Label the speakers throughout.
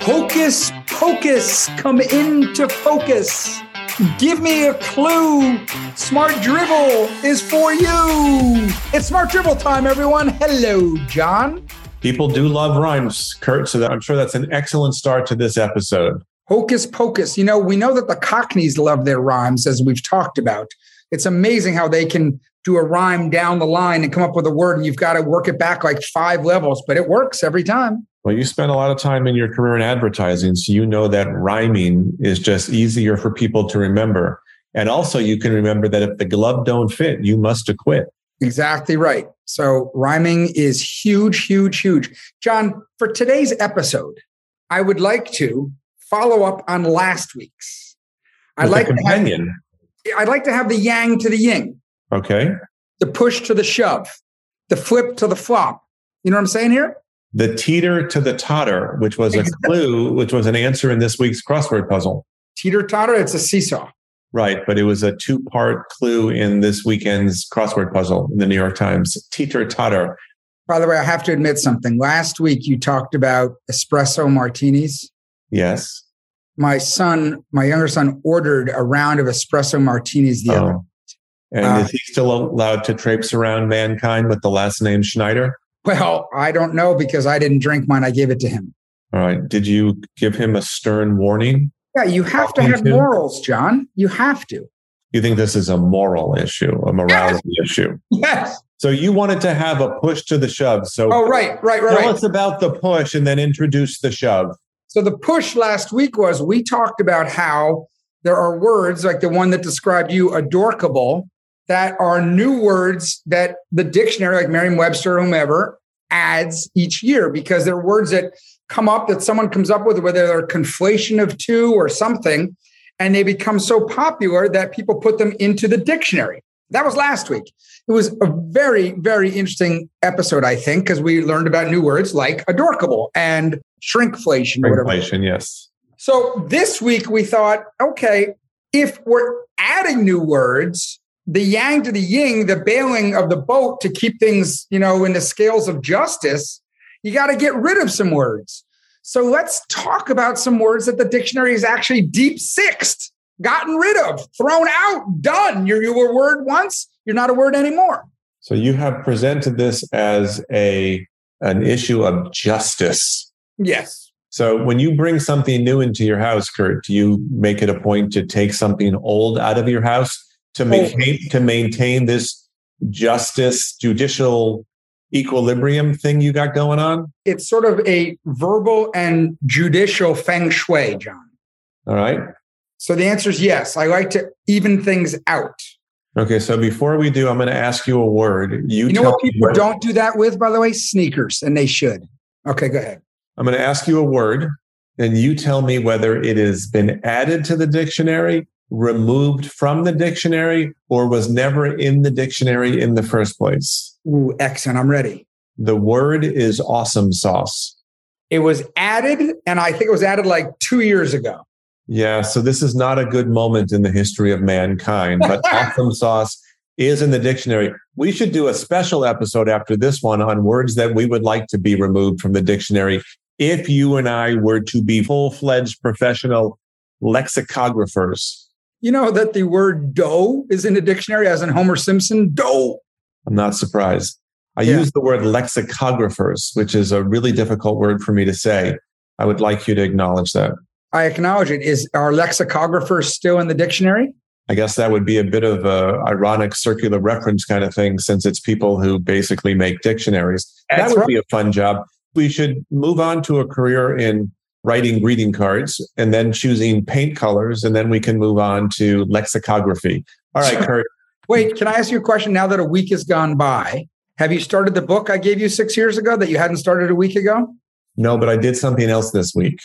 Speaker 1: Hocus pocus, come into focus. Give me a clue. Smart dribble is for you. It's smart dribble time, everyone. Hello, John.
Speaker 2: People do love rhymes, Kurt. So that, I'm sure that's an excellent start to this episode.
Speaker 1: Hocus pocus. You know, we know that the Cockneys love their rhymes, as we've talked about. It's amazing how they can do a rhyme down the line and come up with a word, and you've got to work it back like five levels, but it works every time.
Speaker 2: Well, you spent a lot of time in your career in advertising, so you know that rhyming is just easier for people to remember. And also, you can remember that if the glove don't fit, you must acquit.
Speaker 1: Exactly right. So rhyming is huge, huge, huge. John, for today's episode, I would like to follow up on last week's. I'd
Speaker 2: With
Speaker 1: like
Speaker 2: a
Speaker 1: to have,
Speaker 2: companion.
Speaker 1: I'd like to have the yang to the yin,
Speaker 2: okay.
Speaker 1: the push to the shove, the flip to the flop. You know what I'm saying here?
Speaker 2: The teeter to the totter, which was a
Speaker 1: Exactly.
Speaker 2: clue, which was an answer in this week's crossword puzzle.
Speaker 1: Teeter totter, it's a seesaw.
Speaker 2: Right. But it was a two part clue in this weekend's crossword puzzle in the New York Times. Teeter totter.
Speaker 1: By the way, I have to admit something. Last week you talked about espresso martinis.
Speaker 2: Yes.
Speaker 1: My son, my younger son, ordered a round of espresso martinis the other.
Speaker 2: Oh. And
Speaker 1: Uh,
Speaker 2: is he still allowed to traipse around mankind with the last name Schneider?
Speaker 1: Well, I don't know because I didn't drink mine. I gave it to him.
Speaker 2: All right. Did you give him a stern warning?
Speaker 1: Yeah, you have to have
Speaker 2: Me too.
Speaker 1: morals, John. You have to.
Speaker 2: You think this is a moral issue, a morality issue?
Speaker 1: Yes.
Speaker 2: So you wanted to have a push to the shove. So
Speaker 1: Oh, right, right,
Speaker 2: tell
Speaker 1: right, right.
Speaker 2: us about the push and then introduce the shove.
Speaker 1: So the push last week was we talked about how there are words like the one that described you, adorkable, that are new words that the dictionary, like Merriam-Webster or whomever, adds each year because they're words that come up that someone comes up with, whether they're a conflation of two or something, and they become so popular that people put them into the dictionary. That was last week. It was a very, very interesting episode, I think, because we learned about new words like adorkable and shrinkflation, or whatever.
Speaker 2: Inflation, yes.
Speaker 1: So this week we thought, okay, if we're adding new words, the yang to the ying, the bailing of the boat to keep things, you know, in the scales of justice, you got to get rid of some words. So let's talk about some words that the dictionary has actually deep sixed, gotten rid of, thrown out, done. You're, you were a word once, you're not a word anymore.
Speaker 2: So you have presented this as a an issue of justice.
Speaker 1: Yes.
Speaker 2: So when you bring something new into your house, Kurt, do you make it a point to take something old out of your house to maintain to maintain this justice judicial equilibrium thing you got going on?
Speaker 1: It's sort of a verbal and judicial feng shui, John.
Speaker 2: All right.
Speaker 1: So the answer is yes. I like to even things out.
Speaker 2: Okay, so before we do, I'm going to ask you a word. You,
Speaker 1: You know
Speaker 2: tell
Speaker 1: what
Speaker 2: me
Speaker 1: people don't do that with, by the way? Sneakers, and they should. Okay, go ahead.
Speaker 2: I'm going to ask you a word, and you tell me whether it has been added to the dictionary, removed from the dictionary, or was never in the dictionary in the first place.
Speaker 1: Ooh, excellent. I'm ready.
Speaker 2: The word is awesome sauce.
Speaker 1: It was added, and I think it was added like two years ago.
Speaker 2: Yeah, so this is not a good moment in the history of mankind, but awesome sauce is in the dictionary. We should do a special episode after this one on words that we would like to be removed from the dictionary if you and I were to be full fledged professional lexicographers.
Speaker 1: You know that the word dough is in the dictionary, as in Homer Simpson, dough.
Speaker 2: I'm not surprised. I
Speaker 1: Yeah.
Speaker 2: use the word lexicographers, which is a really difficult word for me to say. I would like you to acknowledge that.
Speaker 1: I acknowledge it. Is our lexicographer still in the dictionary?
Speaker 2: I guess that would be a bit of a ironic circular reference kind of thing, since it's people who basically make dictionaries.
Speaker 1: That's
Speaker 2: that would
Speaker 1: right.
Speaker 2: be a fun job. We should move on to a career in writing greeting cards and then choosing paint colors, and then we can move on to lexicography. All right, Kurt. Mm-hmm.
Speaker 1: Wait, can I ask you a question now that a week has gone by? Have you started the book I gave you six years ago that you hadn't started a week ago?
Speaker 2: No, but I did something else this week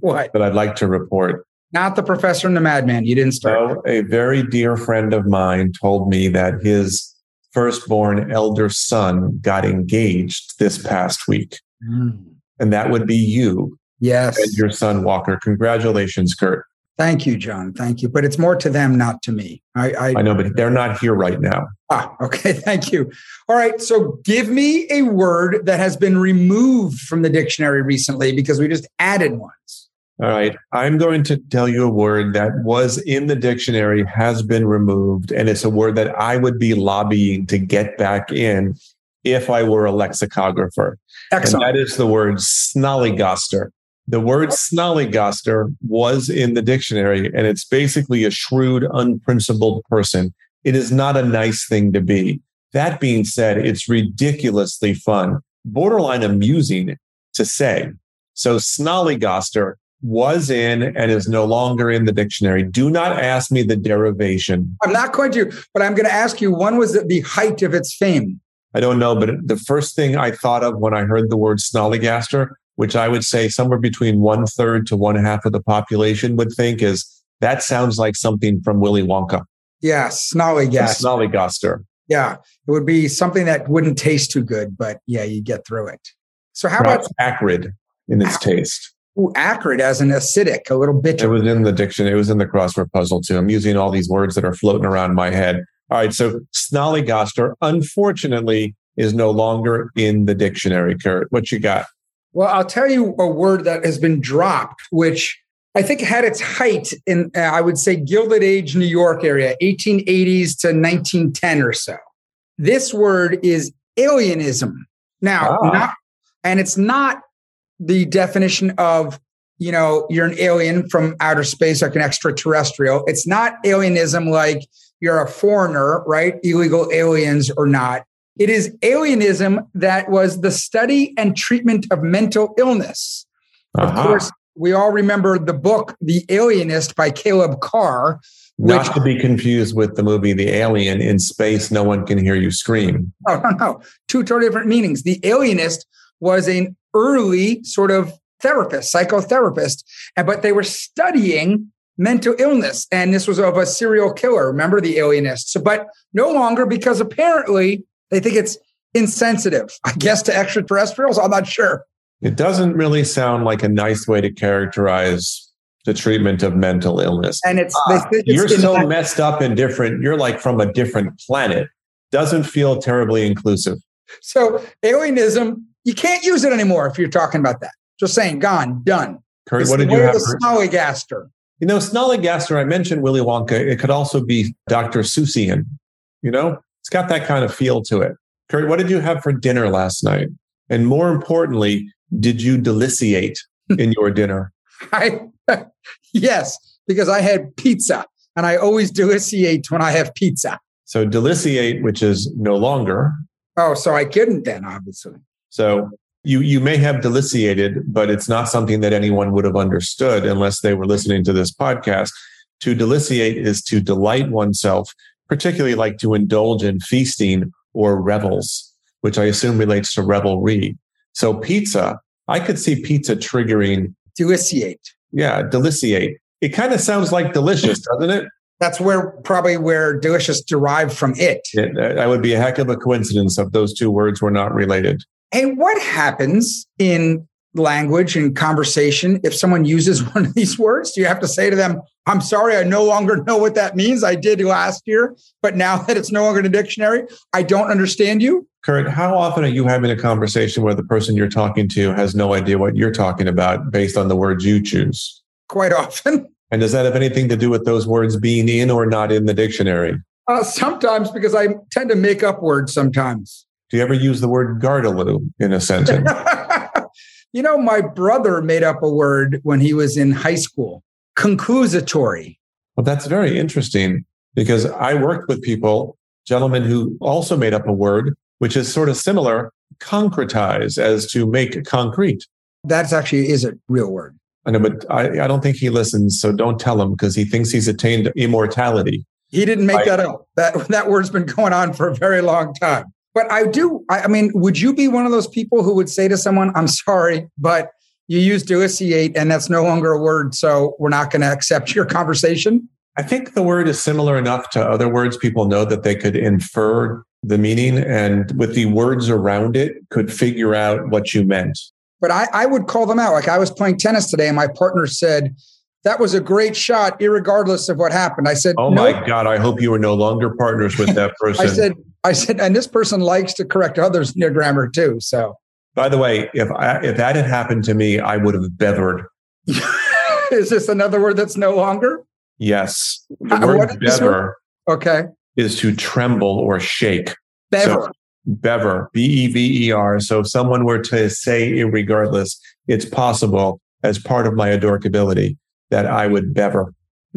Speaker 1: What?
Speaker 2: that I'd like to report.
Speaker 1: Not the professor and the madman. You didn't start.
Speaker 2: So, a very dear friend of mine told me that his firstborn elder son got engaged this past week,
Speaker 1: Mm.
Speaker 2: and that would be you.
Speaker 1: Yes.
Speaker 2: and your son Walker. Congratulations, Kurt.
Speaker 1: Thank you, John. Thank you. But it's more to them, not to me. I, I,
Speaker 2: I know, but they're not here right now.
Speaker 1: Ah, okay. Thank you. All right. So give me a word that has been removed from the dictionary recently because we just added ones.
Speaker 2: All right. I'm going to tell you a word that was in the dictionary, has been removed, and it's a word that I would be lobbying to get back in if I were a lexicographer.
Speaker 1: Excellent.
Speaker 2: And that is the word snollygoster. The word snollygoster was in the dictionary, and it's basically a shrewd, unprincipled person. It is not a nice thing to be. That being said, it's ridiculously fun, borderline amusing to say. So, snollygoster was in and is no longer in the dictionary. Do not ask me the derivation.
Speaker 1: I'm not going to, but I'm going to ask you one was at the height of its fame.
Speaker 2: I don't know, but the first thing I thought of when I heard the word snollygaster which I would say somewhere between one third to one half of the population would think is that sounds like something from Willy Wonka.
Speaker 1: Yeah, snollygaster.
Speaker 2: Snollygaster.
Speaker 1: Yeah, it would be something that wouldn't taste too good, but yeah, you get through it. So how
Speaker 2: Perhaps
Speaker 1: about
Speaker 2: acrid in its taste?
Speaker 1: ooh, acrid as an acidic, a little
Speaker 2: It
Speaker 1: bitter?
Speaker 2: was in the dictionary. It was in the crossword puzzle too. I'm using all these words that are floating around my head. All right, so snollygaster, unfortunately, is no longer in the dictionary. Kurt, what you got?
Speaker 1: Well, I'll tell you a word that has been dropped, which I think had its height in, uh, I would say, Gilded Age New York area, 1880s to 1910 or so. This word is alienism. Now,
Speaker 2: Ah.
Speaker 1: not, and it's not the definition of, you know, you're an alien from outer space, like an extraterrestrial. It's not alienism like you're a foreigner, right? Illegal aliens or not. It is alienism that was the study and treatment of mental illness. Of
Speaker 2: Aha.
Speaker 1: course, we all remember the book The Alienist by Caleb Carr.
Speaker 2: Not
Speaker 1: which-
Speaker 2: to be confused with the movie The Alien in space. No one can hear you scream.
Speaker 1: Oh, No, no, no. Two totally different meanings. The alienist was an early sort of therapist, psychotherapist, and- but they were studying mental illness. And this was of a serial killer. Remember the alienist? So, but no longer because apparently they think it's insensitive, I guess, to extraterrestrials. I'm not sure.
Speaker 2: It doesn't really sound like a nice way to characterize the treatment of mental illness.
Speaker 1: And it's, they think it's
Speaker 2: Ah, You're so
Speaker 1: in-
Speaker 2: messed up and different. You're like from a different planet. Doesn't feel terribly inclusive.
Speaker 1: so alienism, you can't use it anymore if you're talking about that. Just saying, gone, done.
Speaker 2: Kurt,
Speaker 1: It's
Speaker 2: what
Speaker 1: the
Speaker 2: did you
Speaker 1: way of
Speaker 2: have?
Speaker 1: The snollygaster.
Speaker 2: you know, Snollygaster, I mentioned Willy Wonka. It could also be Dr. Seussian. You know, it's got that kind of feel to it. Kurt, what did you have for dinner last night? And more importantly, did you deliciate in your dinner?
Speaker 1: I yes, because I had pizza and I always deliciate when I have pizza.
Speaker 2: So deliciate, which is no longer.
Speaker 1: Oh, so I couldn't then, obviously.
Speaker 2: So you you may have deliciated, but it's not something that anyone would have understood unless they were listening to this podcast. To deliciate is to delight oneself, particularly like to indulge in feasting or revels, which I assume relates to revelry. So pizza, I could see pizza triggering,
Speaker 1: Deliciate.
Speaker 2: yeah, deliciate. It kind of sounds like delicious, doesn't it?
Speaker 1: That's where probably where delicious derived from it.
Speaker 2: it? That would be a heck of a coincidence if those two words were not related.
Speaker 1: Hey, what happens in language and conversation if someone uses one of these words? Do you have to say to them, I'm sorry, I no longer know what that means. I did last year, but now that it's no longer in the dictionary, I don't understand you.
Speaker 2: Kurt, how often are you having a conversation where the person you're talking to has no idea what you're talking about based on the words you choose?
Speaker 1: Quite often.
Speaker 2: And does that have anything to do with those words being in or not in the dictionary?
Speaker 1: Uh, sometimes because I tend to make up words sometimes.
Speaker 2: Do you ever use the word Gargaloo in a sentence?
Speaker 1: you know, my brother made up a word when he was in high school conclusatory.
Speaker 2: well, that's very interesting because I worked with people, gentlemen who also made up a word, which is sort of similar, concretize as to make concrete.
Speaker 1: That's actually is a real word.
Speaker 2: I know, but I, I don't think he listens. So don't tell him because he thinks he's attained immortality.
Speaker 1: He didn't make
Speaker 2: Right.
Speaker 1: that up. That that word's been going on for a very long time. But I do. I, I mean, would you be one of those people who would say to someone, "I'm sorry, but you used deliciate, and that's no longer a word, so we're not going to accept your conversation"?
Speaker 2: I think the word is similar enough to other words people know that they could infer the meaning and with the words around it could figure out what you meant.
Speaker 1: But I, I would call them out. Like I was playing tennis today, and my partner said that was a great shot, irregardless of what happened. I said,
Speaker 2: Oh
Speaker 1: "Nope."
Speaker 2: my God, I hope you are no longer partners with that person.
Speaker 1: I said, I said, and this person likes to correct others in their grammar too. So
Speaker 2: By the way, if I, if that had happened to me, I would have bethered.
Speaker 1: is this another word that's no longer?
Speaker 2: Yes. The
Speaker 1: Uh, what
Speaker 2: word
Speaker 1: is this word?
Speaker 2: bever
Speaker 1: Okay.
Speaker 2: is to tremble or shake.
Speaker 1: Bever.
Speaker 2: Bever, B E V E R. So if someone were to say irregardless, it's possible as part of my adorkability that I would bever.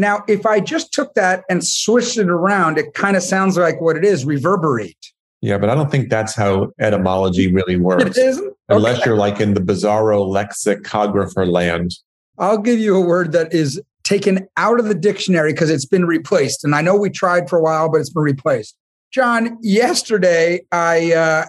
Speaker 1: now, if I just took that and switched it around, it kind of sounds like what it is reverberate.
Speaker 2: Yeah, but I don't think that's how etymology really
Speaker 1: It
Speaker 2: works.
Speaker 1: isn't?
Speaker 2: Unless
Speaker 1: Okay.
Speaker 2: you're like in the bizarro lexicographer land.
Speaker 1: I'll give you a word that is taken out of the dictionary because it's been replaced. And I know we tried for a while, but it's been replaced. John, yesterday I uh,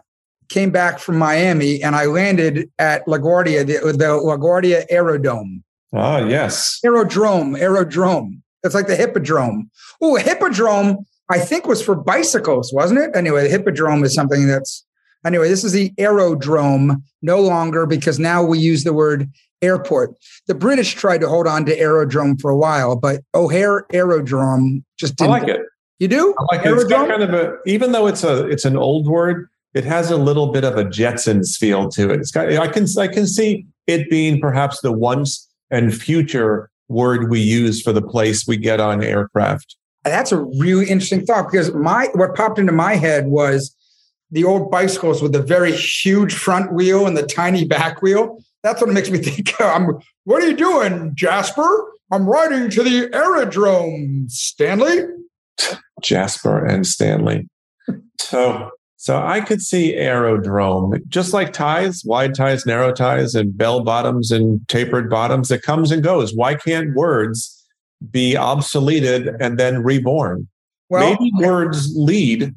Speaker 1: came back from Miami and I landed at LaGuardia, the, the LaGuardia Aerodome.
Speaker 2: Ah, yes.
Speaker 1: Aerodrome, aerodrome. It's like the hippodrome. Oh, hippodrome, I think was for bicycles, wasn't it? Anyway, the hippodrome is something that's anyway, this is the aerodrome no longer because now we use the word airport. The British tried to hold on to aerodrome for a while, but O'Hare Aerodrome just
Speaker 2: I
Speaker 1: didn't
Speaker 2: like it.
Speaker 1: you do?
Speaker 2: I like it. It's got kind of a, even though it's a, it's an old word, it has a little bit of a Jetsons feel to it. It's got, I can, I can see it being perhaps the once and future word we use for the place we get on aircraft.
Speaker 1: That's a really interesting thought because my what popped into my head was the old bicycles with the very huge front wheel and the tiny back wheel. That's what makes me think. I'm. What are you doing, Jasper? I'm riding to the aerodrome, Stanley.
Speaker 2: Jasper and Stanley. So, so I could see aerodrome, just like ties, wide ties, narrow ties, and bell bottoms and tapered bottoms. It comes and goes. Why can't words be obsoleted and then reborn?
Speaker 1: Well,
Speaker 2: Maybe words lead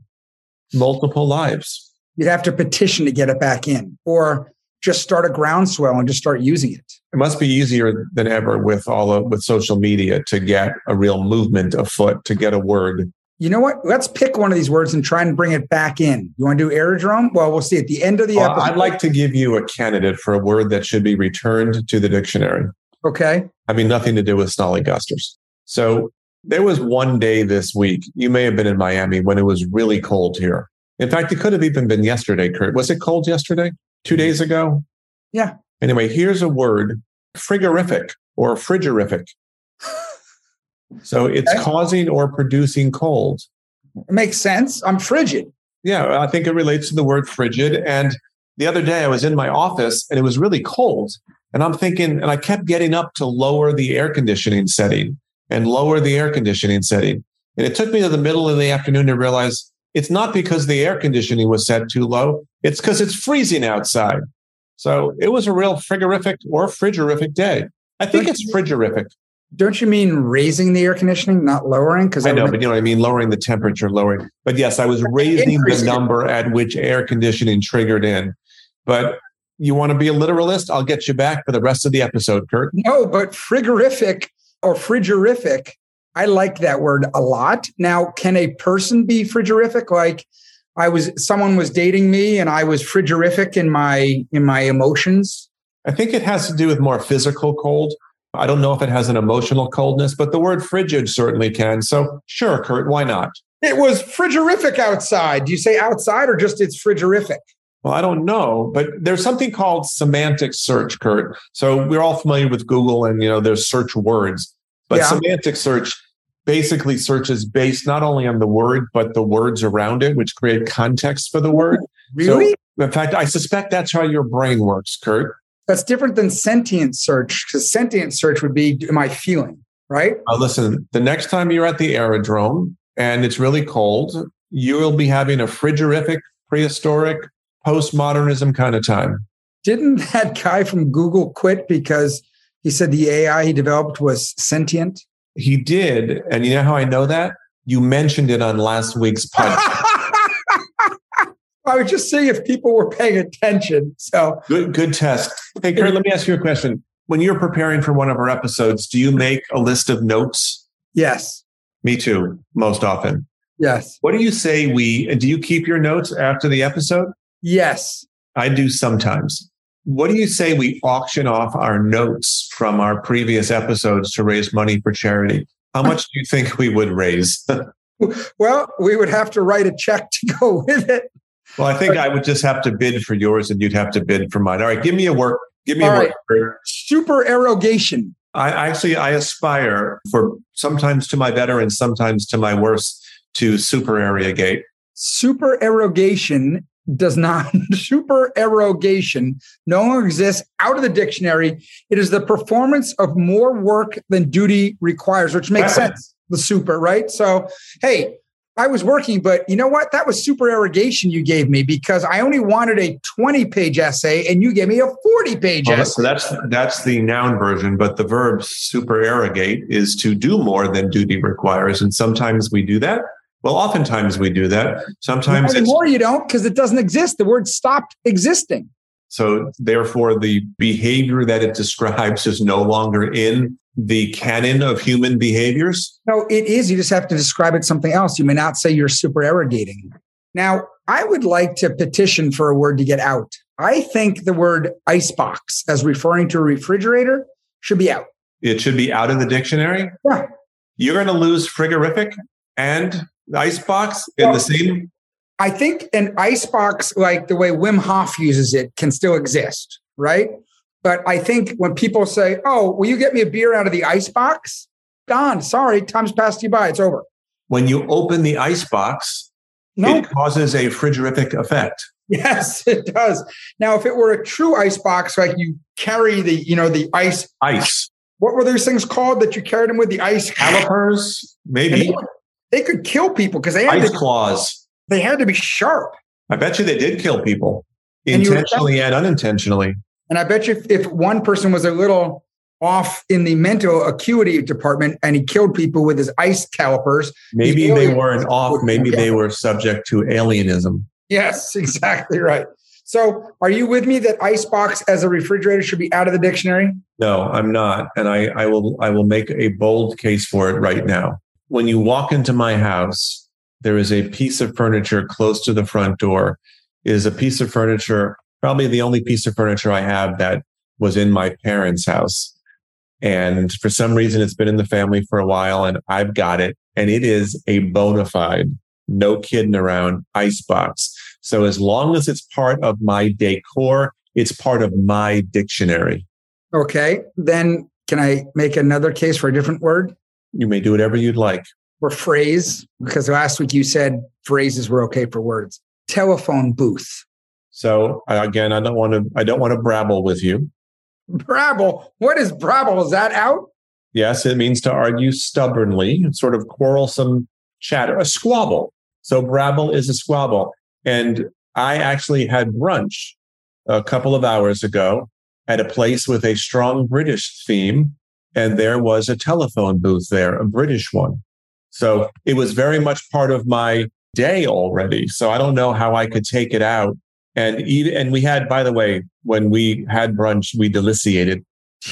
Speaker 2: multiple lives.
Speaker 1: you'd have to petition to get it back in, or just start a groundswell and just start using it.
Speaker 2: It must be easier than ever with all of, with social media to get a real movement afoot, to get a word.
Speaker 1: You know what? Let's pick one of these words and try and bring it back in. You want to do aerodrome? Well, we'll see at the end of the
Speaker 2: Well,
Speaker 1: episode.
Speaker 2: I'd like to give you a candidate for a word that should be returned to the dictionary.
Speaker 1: okay.
Speaker 2: I mean, nothing to do with snollygusters. So there was one day this week, you may have been in Miami when it was really cold here. In fact, it could have even been yesterday, Kurt. Was it cold yesterday? Two days ago?
Speaker 1: Yeah.
Speaker 2: Anyway, here's a word frigorific or frigorific. so it's
Speaker 1: Okay.
Speaker 2: causing or producing cold.
Speaker 1: It makes sense. I'm frigid.
Speaker 2: Yeah, I think it relates to the word frigid. And the other day I was in my office and it was really cold. And I'm thinking, and I kept getting up to lower the air conditioning setting and lower the air conditioning setting. And it took me to the middle of the afternoon to realize it's not because the air conditioning was set too low, it's because it's freezing outside. So it was a real frigorific or frigorific day. I think it's frigorific.
Speaker 1: Don't you mean raising the air conditioning, not lowering? Because
Speaker 2: I know, but you know what I mean? Lowering the temperature, lowering. But yes, I was raising the
Speaker 1: Increasing it.
Speaker 2: number at which air conditioning triggered in. But you want to be a literalist? I'll get you back for the rest of the episode, Kurt.
Speaker 1: no, but frigorific or frigorific. I like that word a lot. Now, can a person be frigorific? Like, I was someone was dating me, and I was frigorific in my in my emotions.
Speaker 2: I think it has to do with more physical cold. I don't know if it has an emotional coldness, but the word frigid certainly can. So sure, Kurt, why not?
Speaker 1: It was frigorific outside. Do you say outside or just it's frigorific?
Speaker 2: Well, I don't know, but there's something called semantic search, Kurt. So we're all familiar with Google and you know there's search words, but
Speaker 1: Yeah.
Speaker 2: semantic search basically searches based not only on the word but the words around it, which create context for the word.
Speaker 1: Really?
Speaker 2: In fact, I suspect that's how your brain works, Kurt.
Speaker 1: That's different than sentient search. Because sentient search would be my feeling, right?
Speaker 2: Uh, listen, the next time you're at the aerodrome and it's really cold, you will be having a frigorific, prehistoric, postmodernism kind of time.
Speaker 1: Didn't that guy from Google quit because he said the AI he developed was sentient?
Speaker 2: He did. And you know how I know that? You mentioned it on last week's podcast.
Speaker 1: I was just seeing if people were paying attention. So
Speaker 2: good, good test. Hey, Kurt, let me ask you a question. When you're preparing for one of our episodes, do you make a list of notes?
Speaker 1: yes,
Speaker 2: Me too, most often.
Speaker 1: yes,
Speaker 2: What do you say we, and do you keep your notes after the episode?
Speaker 1: yes.
Speaker 2: I do sometimes. What do you say we auction off our notes from our previous episodes to raise money for charity. How much do you think we would raise?
Speaker 1: well, we would have to write a check to go with it.
Speaker 2: Well, I think I would just have to bid for yours and you'd have to bid for mine. All right, give me a work. Give me
Speaker 1: All
Speaker 2: a
Speaker 1: right.
Speaker 2: work.
Speaker 1: Supererogation.
Speaker 2: I actually I aspire for sometimes to my better and sometimes to my worse to supererogate.
Speaker 1: Supererogation does not, supererogation no longer exists out of the dictionary. It is the performance of more work than duty requires, which makes
Speaker 2: Right.
Speaker 1: sense. The super, right? So, hey, I was working, but you know what? That was supererogation you gave me because I only wanted a 20 page essay and you gave me a 40 page
Speaker 2: Well,
Speaker 1: essay.
Speaker 2: so that's that's the noun version, but the verb supererogate is to do more than duty requires, and sometimes we do that. Well, oftentimes we do that. Sometimes it's
Speaker 1: Anymore, you don't because it doesn't exist. The word stopped existing.
Speaker 2: so. Therefore, the behavior that it describes is no longer in the canon of human behaviors.
Speaker 1: No, it is. You just have to describe it something else. You may not say you're supererogating. Now, I would like to petition for a word to get out. I think the word icebox, as referring to a refrigerator, should be out.
Speaker 2: It should be out of the dictionary.
Speaker 1: Yeah.
Speaker 2: You're going to lose frigorific and icebox in
Speaker 1: Well-
Speaker 2: the same.
Speaker 1: I think an icebox, like the way Wim Hof uses it, can still exist, right? But I think when people say, oh, will you get me a beer out of the icebox? Don, sorry, time's passed you by. It's over.
Speaker 2: When you open the icebox,
Speaker 1: No.
Speaker 2: it causes a frigorific effect.
Speaker 1: Yes, it does. Now, if it were a true ice box, like you carry the, you know, the ice,
Speaker 2: Ice.
Speaker 1: what were those things called that you carried them with the ice?
Speaker 2: calipers,
Speaker 1: And
Speaker 2: maybe
Speaker 1: They, they could kill people because they had
Speaker 2: ice
Speaker 1: to,
Speaker 2: claws.
Speaker 1: they had to be sharp.
Speaker 2: I bet you they did kill people
Speaker 1: And you were-
Speaker 2: intentionally and unintentionally.
Speaker 1: And I bet you if, if one person was a little off in the mental acuity department and he killed people with his ice calipers,
Speaker 2: Maybe
Speaker 1: The
Speaker 2: they
Speaker 1: aliens-
Speaker 2: weren't off. Maybe they were subject to alienism.
Speaker 1: yes, exactly right. So, are you with me that ice box as a refrigerator should be out of the dictionary?
Speaker 2: No, I'm not, and I, I will. I will make a bold case for it right now. When you walk into my house, there is a piece of furniture close to the front door. It is a piece of furniture, probably the only piece of furniture I have that was in my parents' house. And for some reason, it's been in the family for a while, and I've got it. And it is a bona fide, no kidding around, icebox. So as long as it's part of my decor, it's part of my dictionary.
Speaker 1: Okay. Then can I make another case for a different word?
Speaker 2: You may do whatever you'd like.
Speaker 1: or phrase because last week you said phrases were okay for words telephone booth
Speaker 2: So I- again, I don't want to. I don't want to brabble with you.
Speaker 1: brabble what is brabble is that out
Speaker 2: Yes, it means to argue stubbornly, sort of quarrelsome chatter, a squabble. So brabble is a squabble. And I actually had brunch a couple of hours ago at a place with a strong British theme, and there was a telephone booth there, a British one. So it was very much part of my day already. So I don't know how I could take it out. And even, and we had, by the way, when we had brunch, we deliciated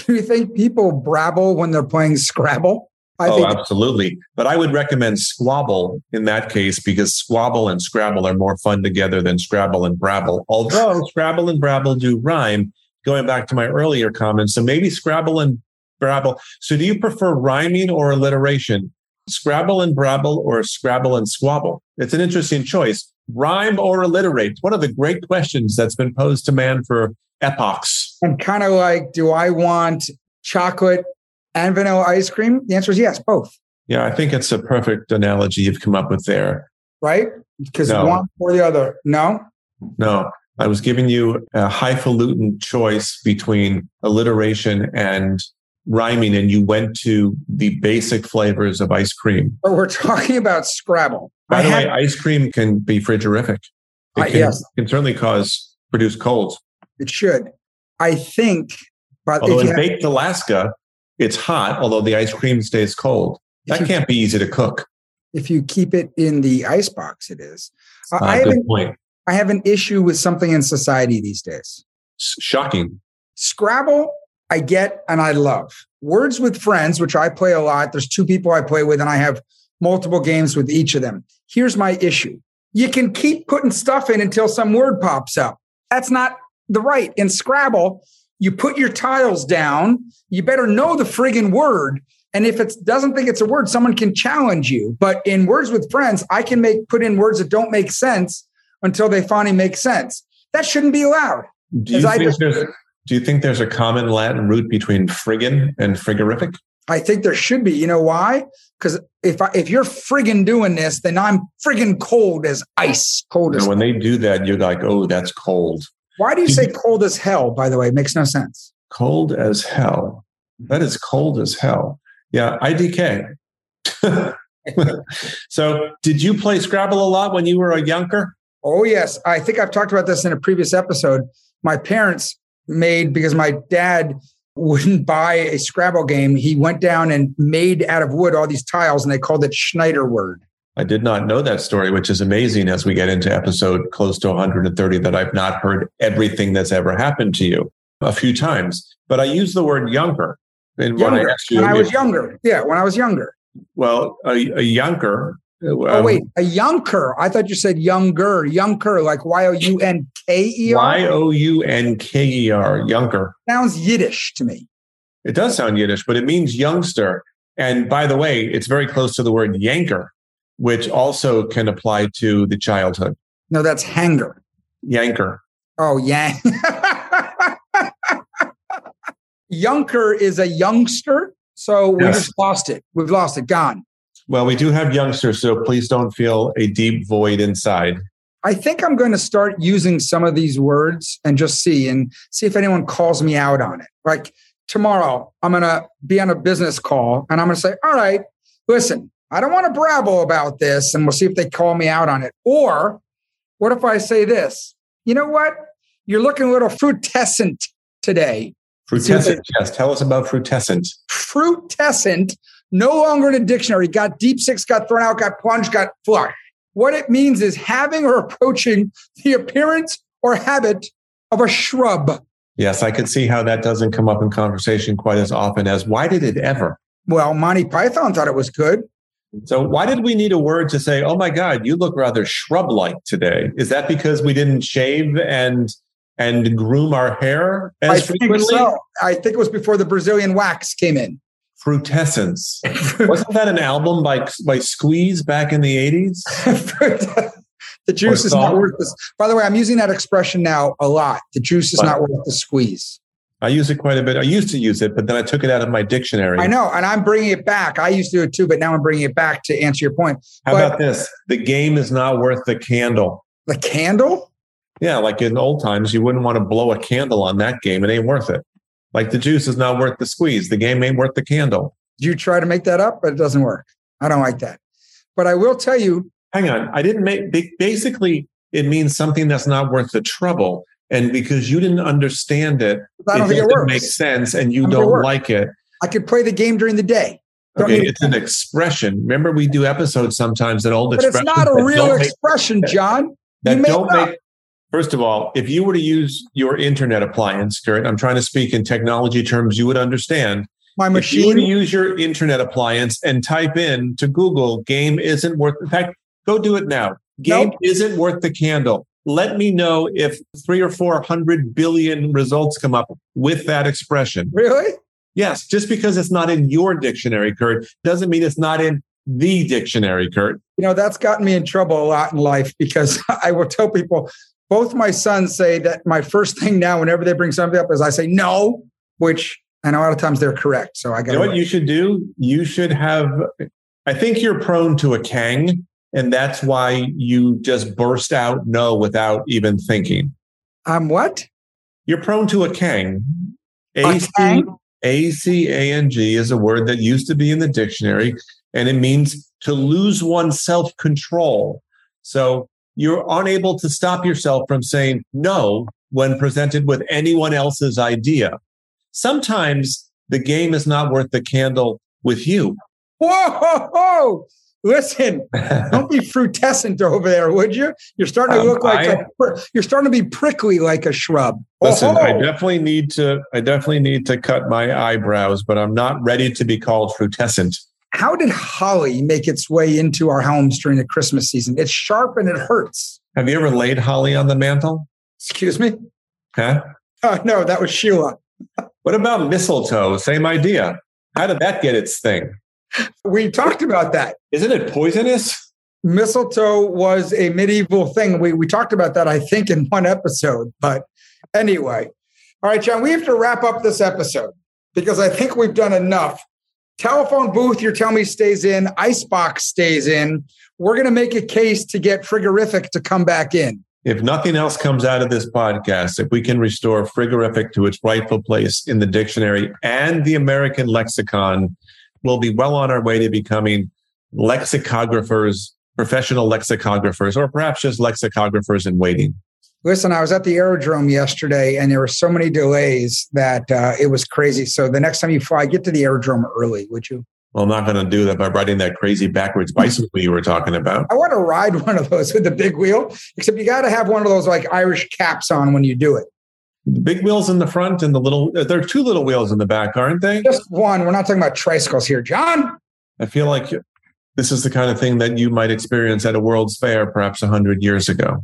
Speaker 1: do you think people brabble when they're playing scrabble i
Speaker 2: oh,
Speaker 1: think
Speaker 2: absolutely. But I would recommend Squabble in that case because Squabble and Scrabble are more fun together than Scrabble and Brabble. Although Scrabble and Brabble do rhyme, going back to my earlier comments. So maybe Scrabble and Brabble. So do you prefer rhyming or alliteration? Scrabble and Brabble or Scrabble and Squabble? It's an interesting choice. Rhyme or alliterate? One of the great questions that's been posed to man for epochs.
Speaker 1: i'm kind of like do i want chocolate and vanilla ice cream the answer is yes both
Speaker 2: Yeah, I think it's a perfect analogy you've come up with there.
Speaker 1: right because
Speaker 2: No.
Speaker 1: one or the other no
Speaker 2: No, I was giving you a highfalutin choice between alliteration and rhyming, and you went to the basic flavors of ice cream.
Speaker 1: but we're talking about scrabble
Speaker 2: By
Speaker 1: I
Speaker 2: the
Speaker 1: have-
Speaker 2: way, ice cream can be frigorific. It
Speaker 1: I-
Speaker 2: can,
Speaker 1: yes
Speaker 2: can certainly cause produce colds.
Speaker 1: it should i think but if
Speaker 2: Although
Speaker 1: Uh, you
Speaker 2: in
Speaker 1: have-
Speaker 2: baked Alaska, it's hot, although the ice cream stays cold.
Speaker 1: if
Speaker 2: That
Speaker 1: you-
Speaker 2: can't be easy to cook.
Speaker 1: if you keep it in the icebox, it is. I- I,
Speaker 2: Uh,
Speaker 1: have
Speaker 2: good
Speaker 1: an,
Speaker 2: point.
Speaker 1: I have an issue with something in society these days.
Speaker 2: S- Shocking.
Speaker 1: Scrabble, I get and I love. Words with Friends, which I play a lot. There's two people I play with, and I have multiple games with each of them. Here's my issue you can keep putting stuff in until some word pops up. That's not the right. In Scrabble, You put your tiles down. You better know the friggin' word. And if it doesn't think it's a word, someone can challenge you. But in Words with Friends, I can make put in words that don't make sense until they finally make sense. That shouldn't be allowed.
Speaker 2: Do you,
Speaker 1: As I
Speaker 2: think
Speaker 1: just-
Speaker 2: there's, do you think there's a common Latin root between friggin and frigorific?
Speaker 1: I think there should be. You know why? Because if I, if you're friggin' doing this, then I'm friggin' cold as ice, cold as.
Speaker 2: And when they do that, you're like, oh, that's cold.
Speaker 1: Why do you say cold as hell? By the way, it makes no sense.
Speaker 2: Cold as hell. That is cold as hell. Yeah, IDK. so, did you play Scrabble a lot when you were a younker?
Speaker 1: Oh yes, I think I've talked about this in a previous episode. My parents made because my dad wouldn't buy a Scrabble game. He went down and made out of wood all these tiles, and they called it Schneider word.
Speaker 2: I did not know that story, which is amazing as we get into episode close to 130 that I've not heard everything that's ever happened to you a few times. But I use the word younger. And when
Speaker 1: Younger,
Speaker 2: I asked you,
Speaker 1: when I was
Speaker 2: if-
Speaker 1: younger, yeah, when I was younger.
Speaker 2: well, a, a younger. Um,
Speaker 1: oh wait, a yunker. I thought you said younger, yunker, like Y O U N K E R.
Speaker 2: Y O U N K E R, younger.
Speaker 1: Sounds Yiddish to me.
Speaker 2: It does sound Yiddish, but it means youngster. And by the way, it's very close to the word yanker, which also can apply to the childhood.
Speaker 1: No, that's hanger.
Speaker 2: Yanker.
Speaker 1: Oh, yang. Yunker is a youngster. So we
Speaker 2: Yes.
Speaker 1: just lost it. We've lost it. Gone.
Speaker 2: Well, we do have youngsters, so please don't feel a deep void inside.
Speaker 1: I think I'm going to start using some of these words and just see and see if anyone calls me out on it. Like tomorrow, I'm going to be on a business call and I'm going to say, All right, listen, I don't want to brabble about this. And we'll see if they call me out on it. Or what if I say this? You know what? You're looking a little frutescent today.
Speaker 2: Frutescent, yes. Tell us about frutescent.
Speaker 1: frutescent, no longer in a dictionary, got deep six, got thrown out, got plunged, got flushed. What it means is having or approaching the appearance or habit of a shrub.
Speaker 2: Yes, I could see how that doesn't come up in conversation quite as often as why did it ever?
Speaker 1: Well, Monty Python thought it was good.
Speaker 2: So why did we need a word to say, "Oh my God, you look rather shrub-like today"? Is that because we didn't shave and and groom our hair as
Speaker 1: I think
Speaker 2: frequently?
Speaker 1: so. I think it was before the Brazilian wax came in.
Speaker 2: Frutescence wasn't that an album by by Squeeze back in the eighties?
Speaker 1: the juice
Speaker 2: Or
Speaker 1: is not
Speaker 2: salt.
Speaker 1: worth this. By the way, I'm using that expression now a lot. The juice is
Speaker 2: Right.
Speaker 1: not worth the squeeze.
Speaker 2: I use it quite a bit. I used to use it, but then I took it out of my dictionary.
Speaker 1: I know, and I'm bringing it back. I used to do it too, but now I'm bringing it back to answer your point.
Speaker 2: How
Speaker 1: but-
Speaker 2: about this? The game is not worth the candle.
Speaker 1: The candle?
Speaker 2: Yeah, like in old times, you wouldn't want to blow a candle on that game. It ain't worth it. Like the juice is not worth the squeeze. The game ain't worth the candle.
Speaker 1: you try to make that up, but it doesn't work. I don't like that. But I will tell you,
Speaker 2: Hang on. I didn't make ba- basically it means something that's not worth the trouble. And because you didn't understand it,
Speaker 1: I don't
Speaker 2: it
Speaker 1: think it
Speaker 2: doesn't
Speaker 1: works.
Speaker 2: make sense and you
Speaker 1: I don't think it
Speaker 2: don't
Speaker 1: works.
Speaker 2: like it.
Speaker 1: I could play the game during the day. Don't
Speaker 2: Okay,
Speaker 1: need-
Speaker 2: it's an expression. Remember, we do episodes sometimes that old
Speaker 1: but it's
Speaker 2: expressions
Speaker 1: not a
Speaker 2: that
Speaker 1: real
Speaker 2: don't make
Speaker 1: expression, John. You
Speaker 2: that
Speaker 1: made
Speaker 2: don't
Speaker 1: it up.
Speaker 2: make first of all if you were to use your internet appliance kurt i'm trying to speak in technology terms you would understand
Speaker 1: My
Speaker 2: if you were to
Speaker 1: machine.
Speaker 2: use your internet appliance and type in to google game isn't worth in fact go do it now game
Speaker 1: Nope.
Speaker 2: isn't worth the candle let me know if three or four hundred billion results come up with that expression
Speaker 1: Really?
Speaker 2: yes just because it's not in your dictionary kurt doesn't mean it's not in the dictionary kurt
Speaker 1: You know, that's gotten me in trouble a lot in life because I will tell people, both my sons say that my first thing now, whenever they bring something up, is I say no, which, and a lot of times they're correct. So I
Speaker 2: You know
Speaker 1: got
Speaker 2: what you should do? You should have. I think you're prone to a kang, and that's why you just burst out no without even thinking.
Speaker 1: I'm what?
Speaker 2: You're prone to a kang.
Speaker 1: A
Speaker 2: A-C-
Speaker 1: kang?
Speaker 2: A-C-A-N-G is a word that used to be in the dictionary, and it means to lose one's self control. So you're unable to stop yourself from saying no when presented with anyone else's idea. Sometimes the game is not worth the candle with you.
Speaker 1: Whoa, ho, ho. listen, Don't be frutescent over there, would you? You're starting to
Speaker 2: Um,
Speaker 1: look like
Speaker 2: I-
Speaker 1: a pri- you're starting to be prickly like a shrub.
Speaker 2: Listen, I
Speaker 1: Oh,
Speaker 2: definitely need to. I definitely need to cut my eyebrows, but I'm not ready to be called frutescent.
Speaker 1: how did holly make its way into our homes during the Christmas season? It's sharp and it hurts.
Speaker 2: Have you ever laid holly on the mantle?
Speaker 1: Excuse me?
Speaker 2: Huh?
Speaker 1: Uh, no, that was Sheila.
Speaker 2: What about mistletoe? Same idea. How did that get its thing?
Speaker 1: We talked about that.
Speaker 2: Isn't it poisonous?
Speaker 1: Mistletoe was a medieval thing. We, we talked about that, I think, in one episode. But anyway, all right, John, we have to wrap up this episode because I think we've done enough. Telephone booth, your tell me stays in, icebox stays in. We're going to make a case to get frigorific to come back in.
Speaker 2: If nothing else comes out of this podcast, if we can restore frigorific to its rightful place in the dictionary and the American lexicon, we'll be well on our way to becoming lexicographers, professional lexicographers, or perhaps just lexicographers in waiting.
Speaker 1: Listen, I was at the aerodrome yesterday and there were so many delays that uh, it was crazy. So the next time you fly, get to the aerodrome early, would you?
Speaker 2: Well, I'm not going to do that by riding that crazy backwards bicycle you were talking about.
Speaker 1: I want to ride one of those with the big wheel, except you got to have one of those like Irish caps on when you do it.
Speaker 2: The big wheels in the front and the little, there are two little wheels in the back, aren't they?
Speaker 1: Just one. We're not talking about tricycles here, John.
Speaker 2: I feel like this is the kind of thing that you might experience at a World's Fair perhaps 100 years ago.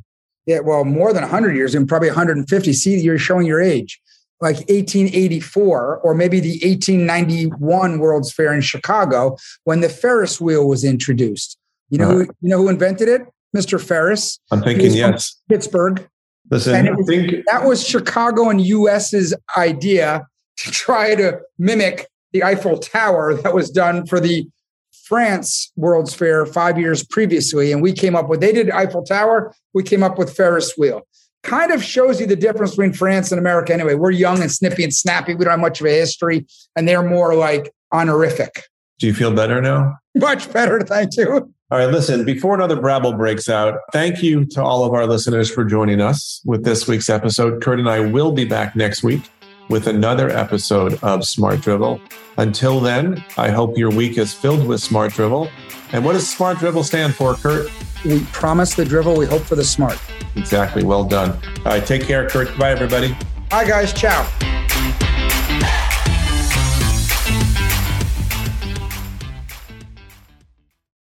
Speaker 1: Yeah, well, more than 100 years and probably 150. See, you're showing your age. Like 1884 or maybe the 1891 World's Fair in Chicago when the Ferris wheel was introduced. You know, uh-huh. who, you know who invented it? Mr. Ferris.
Speaker 2: I'm thinking yes.
Speaker 1: Pittsburgh.
Speaker 2: Listen,
Speaker 1: was,
Speaker 2: think-
Speaker 1: that was Chicago and US's idea to try to mimic the Eiffel Tower that was done for the France World's Fair five years previously, and we came up with they did Eiffel Tower, we came up with Ferris wheel. Kind of shows you the difference between France and America. Anyway, we're young and snippy and snappy. We don't have much of a history, and they're more like honorific.
Speaker 2: Do you feel better now?
Speaker 1: Much better, thank you.
Speaker 2: All right, listen, before another brabble breaks out, thank you to all of our listeners for joining us with this week's episode. Kurt and I will be back next week with another episode of Smart Dribble. Until then, I hope your week is filled with Smart Dribble. And what does Smart Dribble stand for, Kurt?
Speaker 1: We promise the dribble, we hope for the smart.
Speaker 2: Exactly. Well done. All right. Take care, Kurt. Bye, everybody.
Speaker 1: Bye, guys. Ciao.